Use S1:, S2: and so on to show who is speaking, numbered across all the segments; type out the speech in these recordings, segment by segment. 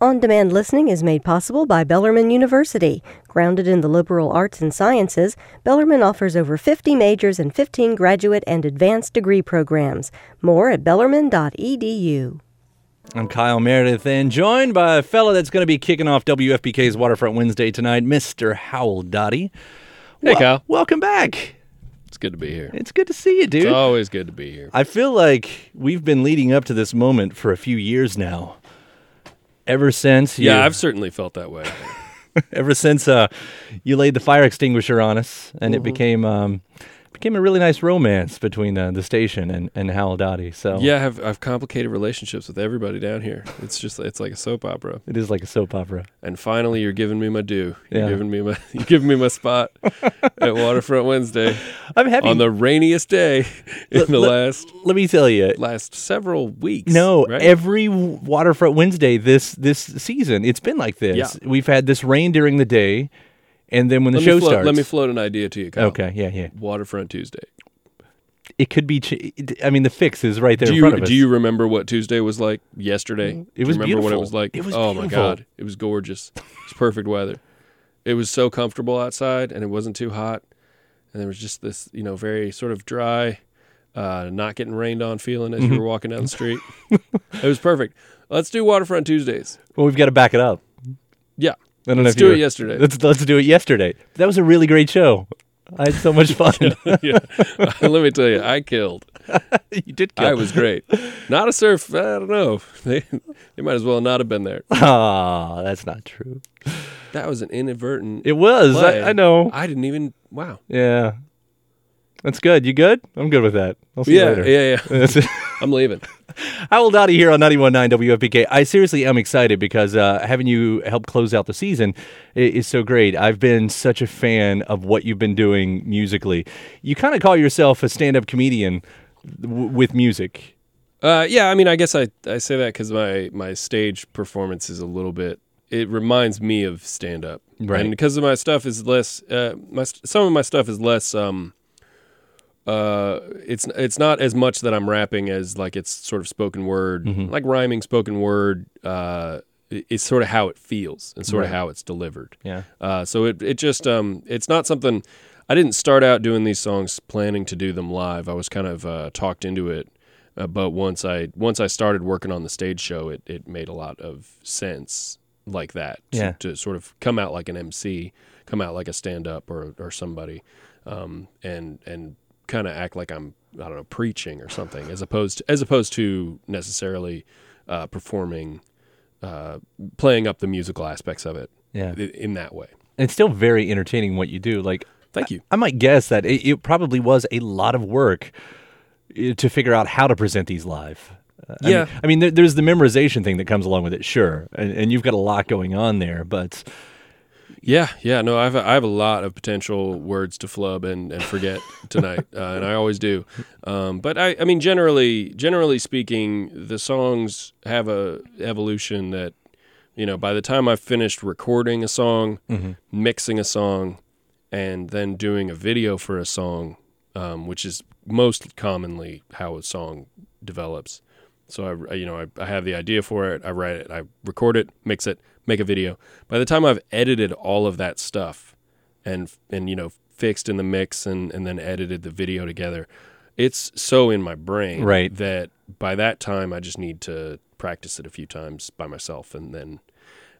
S1: On demand listening is made possible by Bellarmine University. Grounded in the liberal arts and sciences, Bellarmine offers over 50 majors and 15 graduate and advanced degree programs. More at E bellarmine.edu.
S2: I'm Kyle Meredith, and joined by a fellow that's going to be kicking off WFBK's Waterfront Wednesday tonight, Mr. Howell Dotty.
S3: Hey, Kyle.
S2: Welcome back.
S3: It's good to be here.
S2: It's good to see you, dude.
S3: It's always good to be here.
S2: I feel like we've been leading up to this moment for a few years now. Ever since,
S3: Yeah,
S2: you-
S3: I've certainly felt that way.
S2: ever since uh, you laid the fire extinguisher on us, and
S3: Mm-hmm.
S2: it became um, became a really nice romance between uh, the station and and Howell Dotty. So
S3: yeah, I have I've complicated relationships with everybody down here. It's just it's like a soap opera.
S2: it is like a soap opera.
S3: And finally, you're giving me my due. You're
S2: Yeah.
S3: giving me my you're giving me my spot at Waterfront Wednesday
S2: I'm happy.
S3: on the rainiest day in the
S2: let-
S3: last
S2: let me tell you,
S3: last several weeks.
S2: No,
S3: right?
S2: every w- waterfront Wednesday this this season, it's been like this.
S3: Yeah.
S2: We've had this rain during the day, and then when the
S3: let
S2: show
S3: me float,
S2: starts,
S3: Let me float an idea to you, Kyle.
S2: okay, yeah, yeah,
S3: Waterfront Tuesday.
S2: it could be. Ch- it- I mean, the fix is right there
S3: Do
S2: in
S3: you
S2: front of us. Mm.
S3: do you remember what Tuesday was like yesterday? Do you
S2: was
S3: remember what it
S2: beautiful.
S3: was like.
S2: It was
S3: oh my
S2: beautiful.
S3: god, it was gorgeous. It was perfect weather. It was so comfortable outside, and it wasn't too hot. And there was just this, you know, very sort of dry, uh, not getting rained on feeling as
S2: Mm-hmm.
S3: you were walking down the street. it was perfect. Let's do waterfront Tuesdays.
S2: well, we've got to back it up.
S3: Yeah,
S2: I don't
S3: Let's
S2: know if you
S3: do it
S2: were-
S3: yesterday.
S2: Let's let's do it yesterday. That was a really great show. I had so much fun.
S3: yeah. Let me tell you, I killed.
S2: you did.
S3: I
S2: Kill.
S3: was great. Not a surf. I don't know. They they might as well not have been there.
S2: Ah, that's not true.
S3: That was an inadvertent.
S2: It was.
S3: play.
S2: I, I know.
S3: I didn't even. Wow.
S2: Yeah, that's good. You good? I'm good with that. I'll see
S3: Yeah,
S2: you later.
S3: yeah, yeah.
S2: That's it.
S3: I'm leaving.
S2: Howell Dottie here on 91.9 WFBK. I seriously am excited because uh, having you help close out the season i- is so great. I've been such a fan of what you've been doing musically. You kind of call yourself a stand-up comedian w- with music.
S3: Uh, yeah, I mean, I guess I, I say that because my, my stage performance is a little bit. It reminds me of stand up,
S2: Right.
S3: And because of my stuff is less. Uh, my st- some of my stuff is less. Um, uh, it's it's not as much that I'm rapping as like it's sort of spoken word,
S2: Mm-hmm.
S3: like rhyming spoken word. Uh, i- is sort of how it feels and sort of how it's delivered.
S2: Yeah.
S3: Uh, so it it just um it's not something I didn't start out doing these songs planning to do them live. I was kind of uh, talked into it, uh, but once I once I started working on the stage show, it it made a lot of sense like that to,
S2: Yeah.
S3: to sort of come out like an MC, come out like a stand up or or somebody, um and and kind of act like I'm I don't know preaching or something as opposed to, as opposed to necessarily uh, performing. Uh, playing up the musical aspects of it
S2: Yeah.
S3: i- in that way.
S2: It's still very entertaining what you do. Like,
S3: Thank you.
S2: I might guess that it, it probably was a lot of work uh, to figure out how to present these live. Uh, I mean-
S3: Yeah.
S2: I mean, there, there's the memorization thing that comes along with it, sure. And, and you've got a lot going on there, but
S3: Yeah, yeah. No, I've I have a lot of potential words to flub and, and forget tonight, uh, and I always do. Um, but I, I mean, generally, generally speaking, the songs have a evolution that, you know, by the time I've finished recording a song, mixing a song, and then doing a video for a song, um, which is most commonly how a song develops. So I, you know, I, I have the idea for it. I write it. I record it, mix it, make a video. By the time I've edited all of that stuff, and and you know, fixed in the mix and and then edited the video together, it's so in my brain
S2: Right.
S3: that by that time I just need to practice it a few times by myself, and then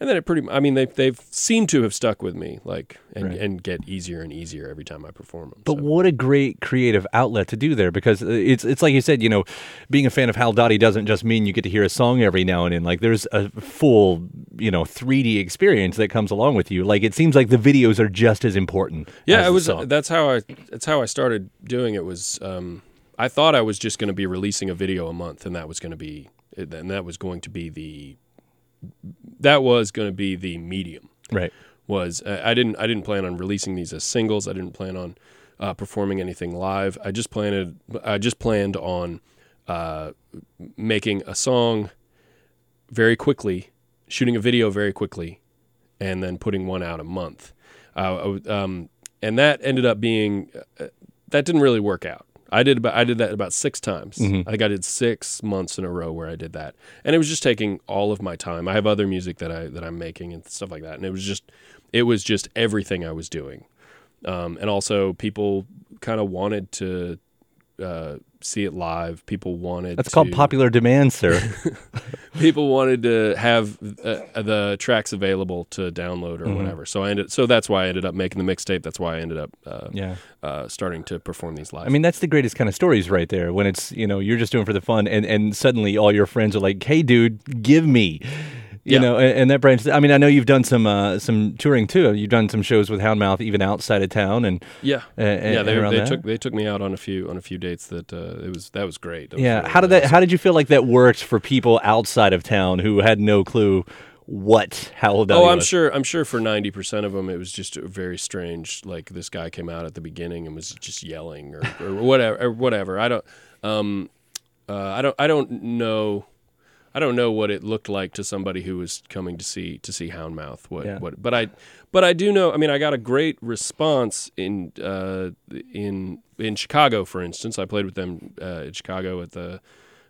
S3: and then it pretty. I mean, they they've seemed to have stuck with me, like and
S2: Right.
S3: and get easier and easier every time I perform them.
S2: But
S3: so.
S2: what a great creative outlet to do there because uh, it's it's like you said, you know, being a fan of Hal Dottie doesn't just mean you get to hear a song every now and then. Like there's a full, you know, 3D experience that comes along with you. Like it seems like the videos are just as important. as
S3: yeah, it
S2: the
S3: was. uh,
S2: song.
S3: That's how I. That's how I started doing it. Was um, I thought I was just going to be releasing a video a month, and that was going to be, and that was going to be the, that was going to be the medium.
S2: right.
S3: Was I, I didn't I didn't plan on releasing these as singles. I didn't plan on uh, performing anything live. I just planned. I just planned on uh, making a song very quickly, shooting a video very quickly, and then putting one out a month. Uh, I w- um, and that ended up being uh, that didn't really work out. I did about, I did that about six times.
S2: Mm-hmm.
S3: I think I did six months in a row where I did that, and it was just taking all of my time. I have other music that I that I'm making and stuff like that, and it was just it was just everything I was doing, um, and also people kind of wanted to uh, see it live. People wanted
S2: That's called
S3: to-
S2: popular demand, sir.
S3: people wanted to have uh, the tracks available to download
S2: Mm-hmm.
S3: or whatever. So I ended. So that's why I ended up making the mixtape. That's why I ended up uh,
S2: yeah.
S3: uh, starting to perform these live.
S2: I mean, that's the greatest kind of stories right there. When it's you know you're just doing it for the fun, and and suddenly all your friends are like, "Hey, dude, give me." You
S3: Yeah.
S2: know, and, and that branch. I mean, I know you've done some uh, some touring too. You've done some shows with Houndmouth, even outside of town, and
S3: yeah,
S2: a- a-
S3: yeah. They,
S2: around
S3: they
S2: that?
S3: took they took me out on a few on a few dates that uh, it was that was great. That was
S2: yeah.
S3: really-
S2: How did that? How did you feel like that worked for people outside of town who had no clue what Howl Dowdy
S3: Oh, I'm
S2: was?
S3: sure. I'm sure for ninety percent of them, it was just very strange. Like this guy came out at the beginning and was just yelling or, or whatever, or whatever. I don't, um, uh, I don't, I don't know, I don't know what it looked like to somebody who was coming to see to see Houndmouth. What,
S2: Yeah.
S3: what? But I, but I do know. I mean, I got a great response in uh, in in Chicago, for instance. I played with them uh, in Chicago at the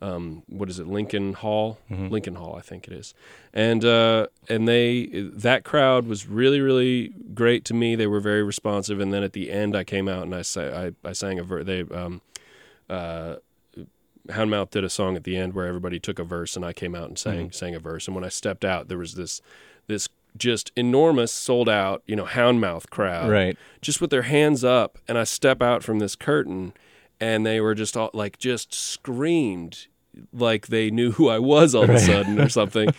S3: um, what is it, Lincoln Hall? Lincoln Hall, I think it is. And uh, and they that crowd was really really great to me. They were very responsive. And then at the end, I came out and I sa- I, I sang a ver- they um, uh, Houndmouth did a song at the end where everybody took a verse and I came out and sang sang a verse. And when I stepped out, there was this this just enormous sold out you know Houndmouth crowd
S2: Right.
S3: just with their hands up and I step out from this curtain and they were just all like just screamed like they knew who I was all of a sudden or something.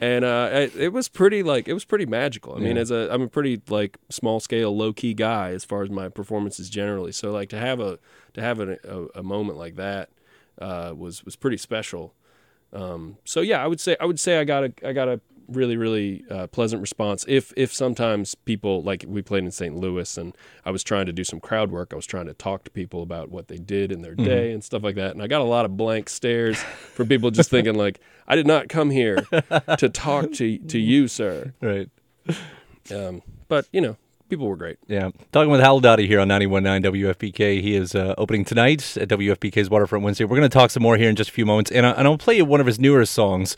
S3: and uh it, it was pretty like it was pretty magical. I mean as a I'm a pretty like small scale low key guy as far as my performances generally. So like to have a to have a, a, a moment like that uh was was pretty special. Um so yeah, I would say I would say I got a I got a really really uh, pleasant response if if sometimes people like we played in St. Louis and I was trying to do some crowd work I was trying to talk to people about what they did in their day and stuff like that and I got a lot of blank stares from people just thinking like I did not come here to talk to to you sir
S2: Right.
S3: um, but you know people were great
S2: Yeah. Talking with Hal Dottie here on 91.9 WFPK. He is uh, opening tonight at WFPK's Waterfront Wednesday. We're going to talk some more here in just a few moments, and, I, and I'll play you one of his newer songs.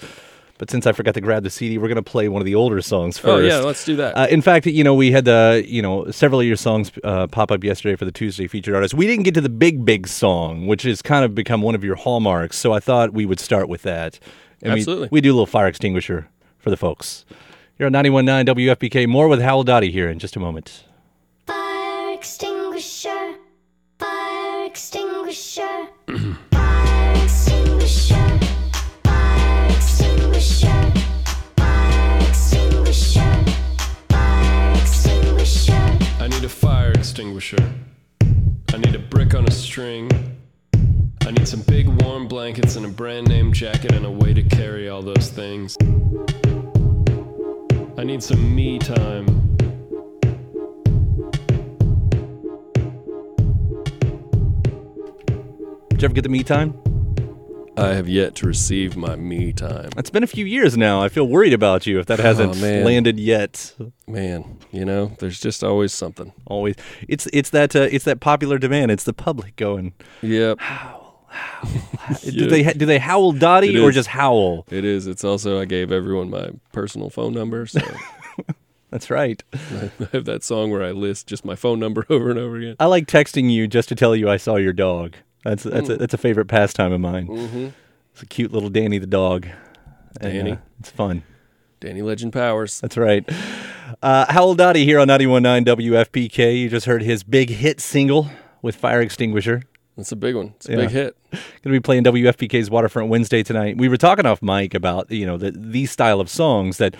S2: But since I forgot to grab the CD, we're going to play one of the older songs first.
S3: oh yeah let's do that
S2: Uh, in fact, you know, we had uh, you know several of your songs uh, pop up yesterday for the Tuesday featured artists. We didn't get to the big, big song, which has kind of become one of your hallmarks. So I thought we would start with that. And we-
S3: Absolutely.
S2: We, do a little fire extinguisher for the folks. You're on 91.9 WFPK. More with Howell Dottie here in just a moment.
S4: Fire extinguisher. Fire extinguisher. Fire extinguisher. Fire extinguisher. Fire extinguisher. Fire extinguisher.
S3: I need a fire extinguisher. I need a brick on a string. I need some big warm blankets and a brand name jacket and a way to carry all those things. I need some me time.
S2: Did you ever get the me time?
S3: I have yet to receive my me time.
S2: It's been a few years now. I feel worried about you if that hasn't
S3: Oh, man.
S2: landed yet.
S3: Man, you know, there's just always something.
S2: Always, it's it's that uh, it's that popular demand. It's the public going.
S3: Yep,
S2: Do they ha- do they howl Dottie
S3: It
S2: or
S3: is.
S2: just howl?
S3: it is. It's also, I gave everyone my personal phone number, so
S2: That's right.
S3: I have that song where I list just my phone number over and over again.
S2: I like texting you just to tell you I saw your dog. That's that's
S3: Mm.
S2: a, that's a favorite pastime of mine. Mm-hmm. It's a cute little Danny the dog. And,
S3: Danny.
S2: uh, it's fun.
S3: Danny Legend Powers.
S2: That's right. Uh, Howell Dottie here on 91.9 WFPK. You just heard his big hit single with Fire Extinguisher.
S3: That's a big one. It's a
S2: Yeah.
S3: big hit.
S2: going to be playing WFPK's Waterfront Wednesday tonight. We were talking off mic about you know the, these style of songs that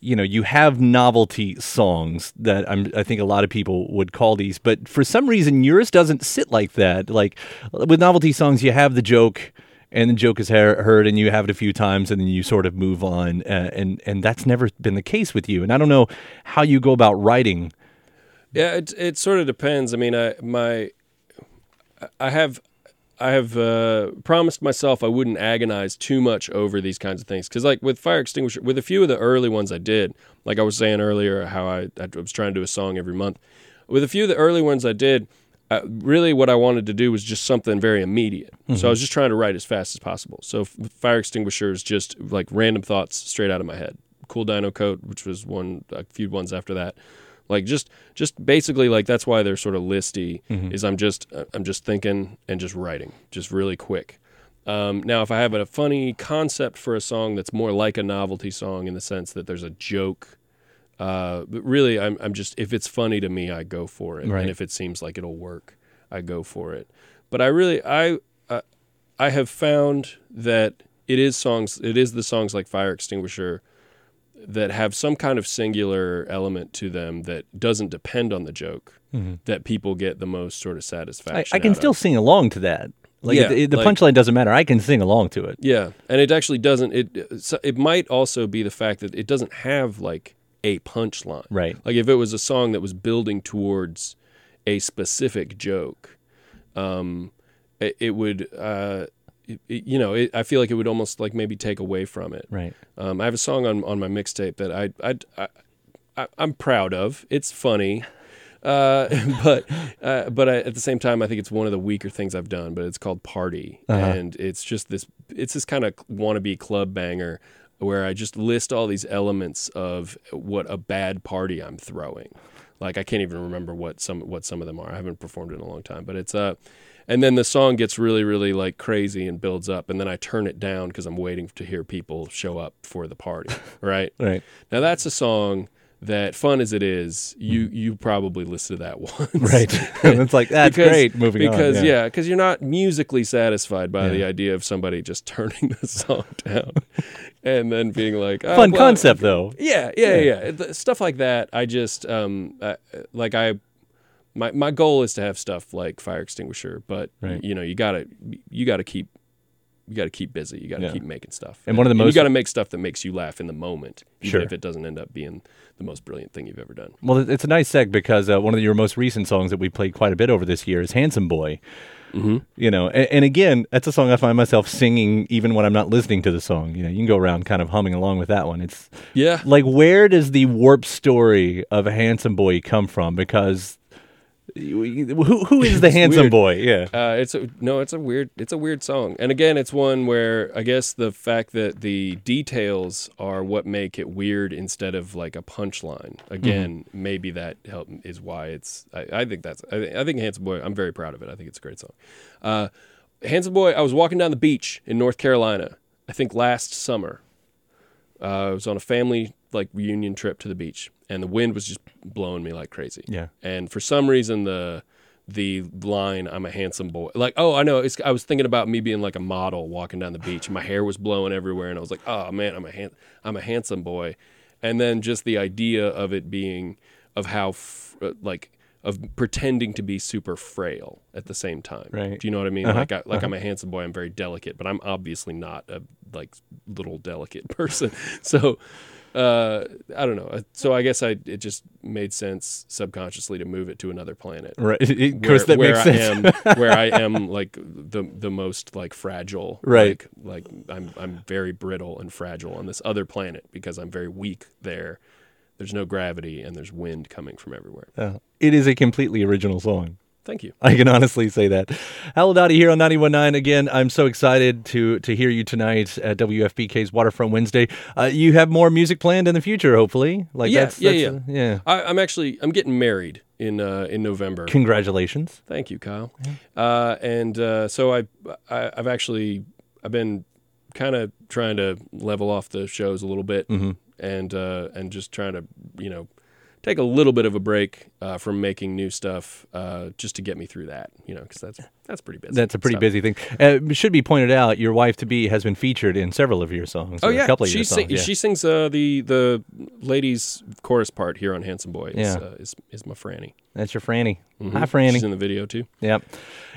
S2: you know you have novelty songs that I'm, I think a lot of people would call these, but for some reason yours doesn't sit like that. Like with novelty songs, you have the joke. And the joke is he- heard, and you have it a few times, and then you sort of move on, uh, and and that's never been the case with you. And I don't know how you go about writing.
S3: Yeah, it it sort of depends. I mean, I my I have I have uh, promised myself I wouldn't agonize too much over these kinds of things because, like with fire extinguisher, with a few of the early ones I did, like I was saying earlier, how I, I was trying to do a song every month. With a few of the early ones I did, I, really what I wanted to do was just something very immediate. So I was just trying to write as fast as possible. So f- fire extinguisher is just like random thoughts straight out of my head. Cool Dino Coat, which was one a few ones after that. Like just just basically like that's why they're sort of listy is I'm just I'm just thinking and just writing, just really quick. Um, now, if I have a funny concept for a song that's more like a novelty song in the sense that there's a joke, uh, but really, I'm, I'm just if it's funny to me, I go for it,
S2: Right.
S3: and if it seems like it'll work, I go for it. But I really, I, I, I have found that it is songs, it is the songs like Fire Extinguisher that have some kind of singular element to them that doesn't depend on the joke
S2: Mm-hmm.
S3: that people get the most sort
S2: I,
S3: of satisfaction.
S2: I can
S3: out of.
S2: still sing along to that. Like
S3: Yeah,
S2: it- it- the
S3: like-
S2: punchline doesn't matter. I can sing along to it.
S3: Yeah, and it actually doesn't. It so it might also be the fact that it doesn't have like a punchline.
S2: Right.
S3: Like if it was a song that was building towards a specific joke, um, it, it would. Uh, it, it- you know, it, I feel like it would almost like maybe take away from it.
S2: Right.
S3: Um, I have a song on, on my mixtape that I, I, I, I am proud of. It's funny, uh, but uh, but I, at the same time, I think it's one of the weaker things I've done. But it's called Party, and it's just this. It's this kind of wannabe club banger where I just list all these elements of what a bad party I'm throwing. Like I can't even remember what some what some of them are. I haven't performed it in a long time, but it's uh and then the song gets really really like crazy and builds up and then I turn it down cuz I'm waiting to hear people show up for the party, right?
S2: Right.
S3: Now that's a song that fun as it is,
S2: Mm.
S3: you you probably listened to that once.
S2: it's like that's great. Moving on.
S3: because yeah, because you're not musically satisfied by the idea of somebody just turning the song down, and then being like, oh,
S2: Fun
S3: well,
S2: concept though.
S3: yeah, yeah, yeah. Th- Stuff like that. I just um, I, like I, my my goal is to have stuff like fire extinguisher, but
S2: Right.
S3: you know you gotta you gotta keep you gotta keep busy. You gotta
S2: Yeah.
S3: keep making stuff.
S2: And one of the most-
S3: you gotta make stuff that makes you laugh in the moment, even
S2: Sure.
S3: if it doesn't end up being the most brilliant thing you've ever done.
S2: Well, it- it's a nice seg because uh, one of your most recent songs that we played quite a bit over this year is "Handsome Boy."
S3: Mm-hmm.
S2: You know, and, and again, that's a song I find myself singing even when I'm not listening to the song. You know, you can go around kind of humming along with that one. It's
S3: Yeah,
S2: like, where does the warp story of a handsome boy come from? Because you- you- who who is the handsome
S3: weird.
S2: boy? Yeah,
S3: Uh, it's a, no, it's a weird, it's a weird song, and again, it's one where I guess the fact that the details are what make it weird instead of like a punchline. Again, maybe that help is why it's. I, I think that's. I, thi- I think Handsome Boy. I'm very proud of it. I think it's a great song. Uh, Handsome Boy. I was walking down the beach in North Carolina. I think last summer, uh, I was on a family like reunion trip to the beach, and the wind was just blowing me like crazy.
S2: Yeah.
S3: And for some reason, the the line "I'm a handsome boy," like oh, I know. It's, I was thinking about me being like a model walking down the beach, and my hair was blowing everywhere, and I was like, oh man, I'm a han- I'm a handsome boy, and then just the idea of it being of how f- uh, like of pretending to be super frail at the same time.
S2: Right.
S3: Do you know what I mean?
S2: Uh-huh.
S3: Like, I, like I'm a handsome boy. I'm very delicate, but I'm obviously not a like little delicate person. so, uh, I don't know. So I guess I it just made sense subconsciously to move it to another planet.
S2: right. Of
S3: Where,
S2: course, that
S3: where
S2: makes
S3: I
S2: sense.
S3: am, where I am, like the the most like fragile,
S2: Right.
S3: Like, like I'm I'm very brittle and fragile on this other planet because I'm very weak there. There's no gravity and there's wind coming from everywhere.
S2: Uh, it is a completely original song.
S3: Thank you.
S2: I can honestly say that. Hal Dottie here on 91.9. Again, I'm so excited to to hear you tonight at WFBK's Waterfront Wednesday. Uh, you have more music planned in the future, hopefully. Like
S3: Yeah, yeah,
S2: uh,
S3: yeah. I, I'm actually I'm getting married in uh, in November.
S2: Congratulations.
S3: Thank you, Kyle. Uh, and uh, so I, I I've actually I've been kind of trying to level off the shows a little bit
S2: Mm-hmm.
S3: and uh, and just trying to you know take a little bit of a break uh, from making new stuff uh, just to get me through that you know because that's that's pretty busy.
S2: That's a pretty
S3: So-
S2: busy thing. Uh, it should be pointed out, your wife to be has been featured in several of your songs.
S3: Oh
S2: or
S3: yeah,
S2: a couple of
S3: she
S2: your songs.
S3: sing-
S2: yeah.
S3: she sings uh, the the ladies chorus part here on Handsome Boy. Is,
S2: Yeah.
S3: uh, is is my Franny.
S2: That's your Franny. Hi,
S3: Mm-hmm. She's
S2: Franny.
S3: in the video too.
S2: Yep.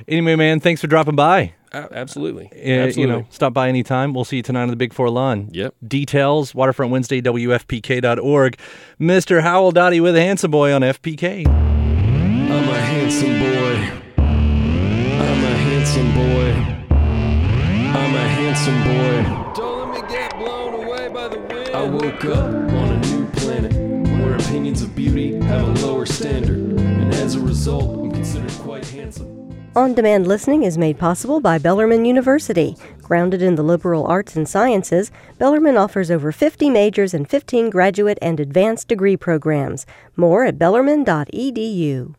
S2: Anyway, man, thanks for dropping by.
S3: A- absolutely.
S2: Uh, You know, stop by anytime. We'll see you tonight on the Big Four Lawn.
S3: Yep.
S2: Details, Waterfront Wednesday, WFPK.org. Mr. Howell Dottie with a handsome boy on FPK.
S5: I'm a handsome boy. I'm a handsome boy. I'm a handsome boy. Don't let me get blown away by the wind. I woke up on a new planet where opinions of beauty have a lower standard. And As a result, I'm considered quite handsome.
S1: On demand listening is made possible by Bellarmine University. Grounded in the liberal arts and sciences, Bellarmine offers over 50 E majors and 15 graduate and advanced degree programs. More at bellarmine.edu.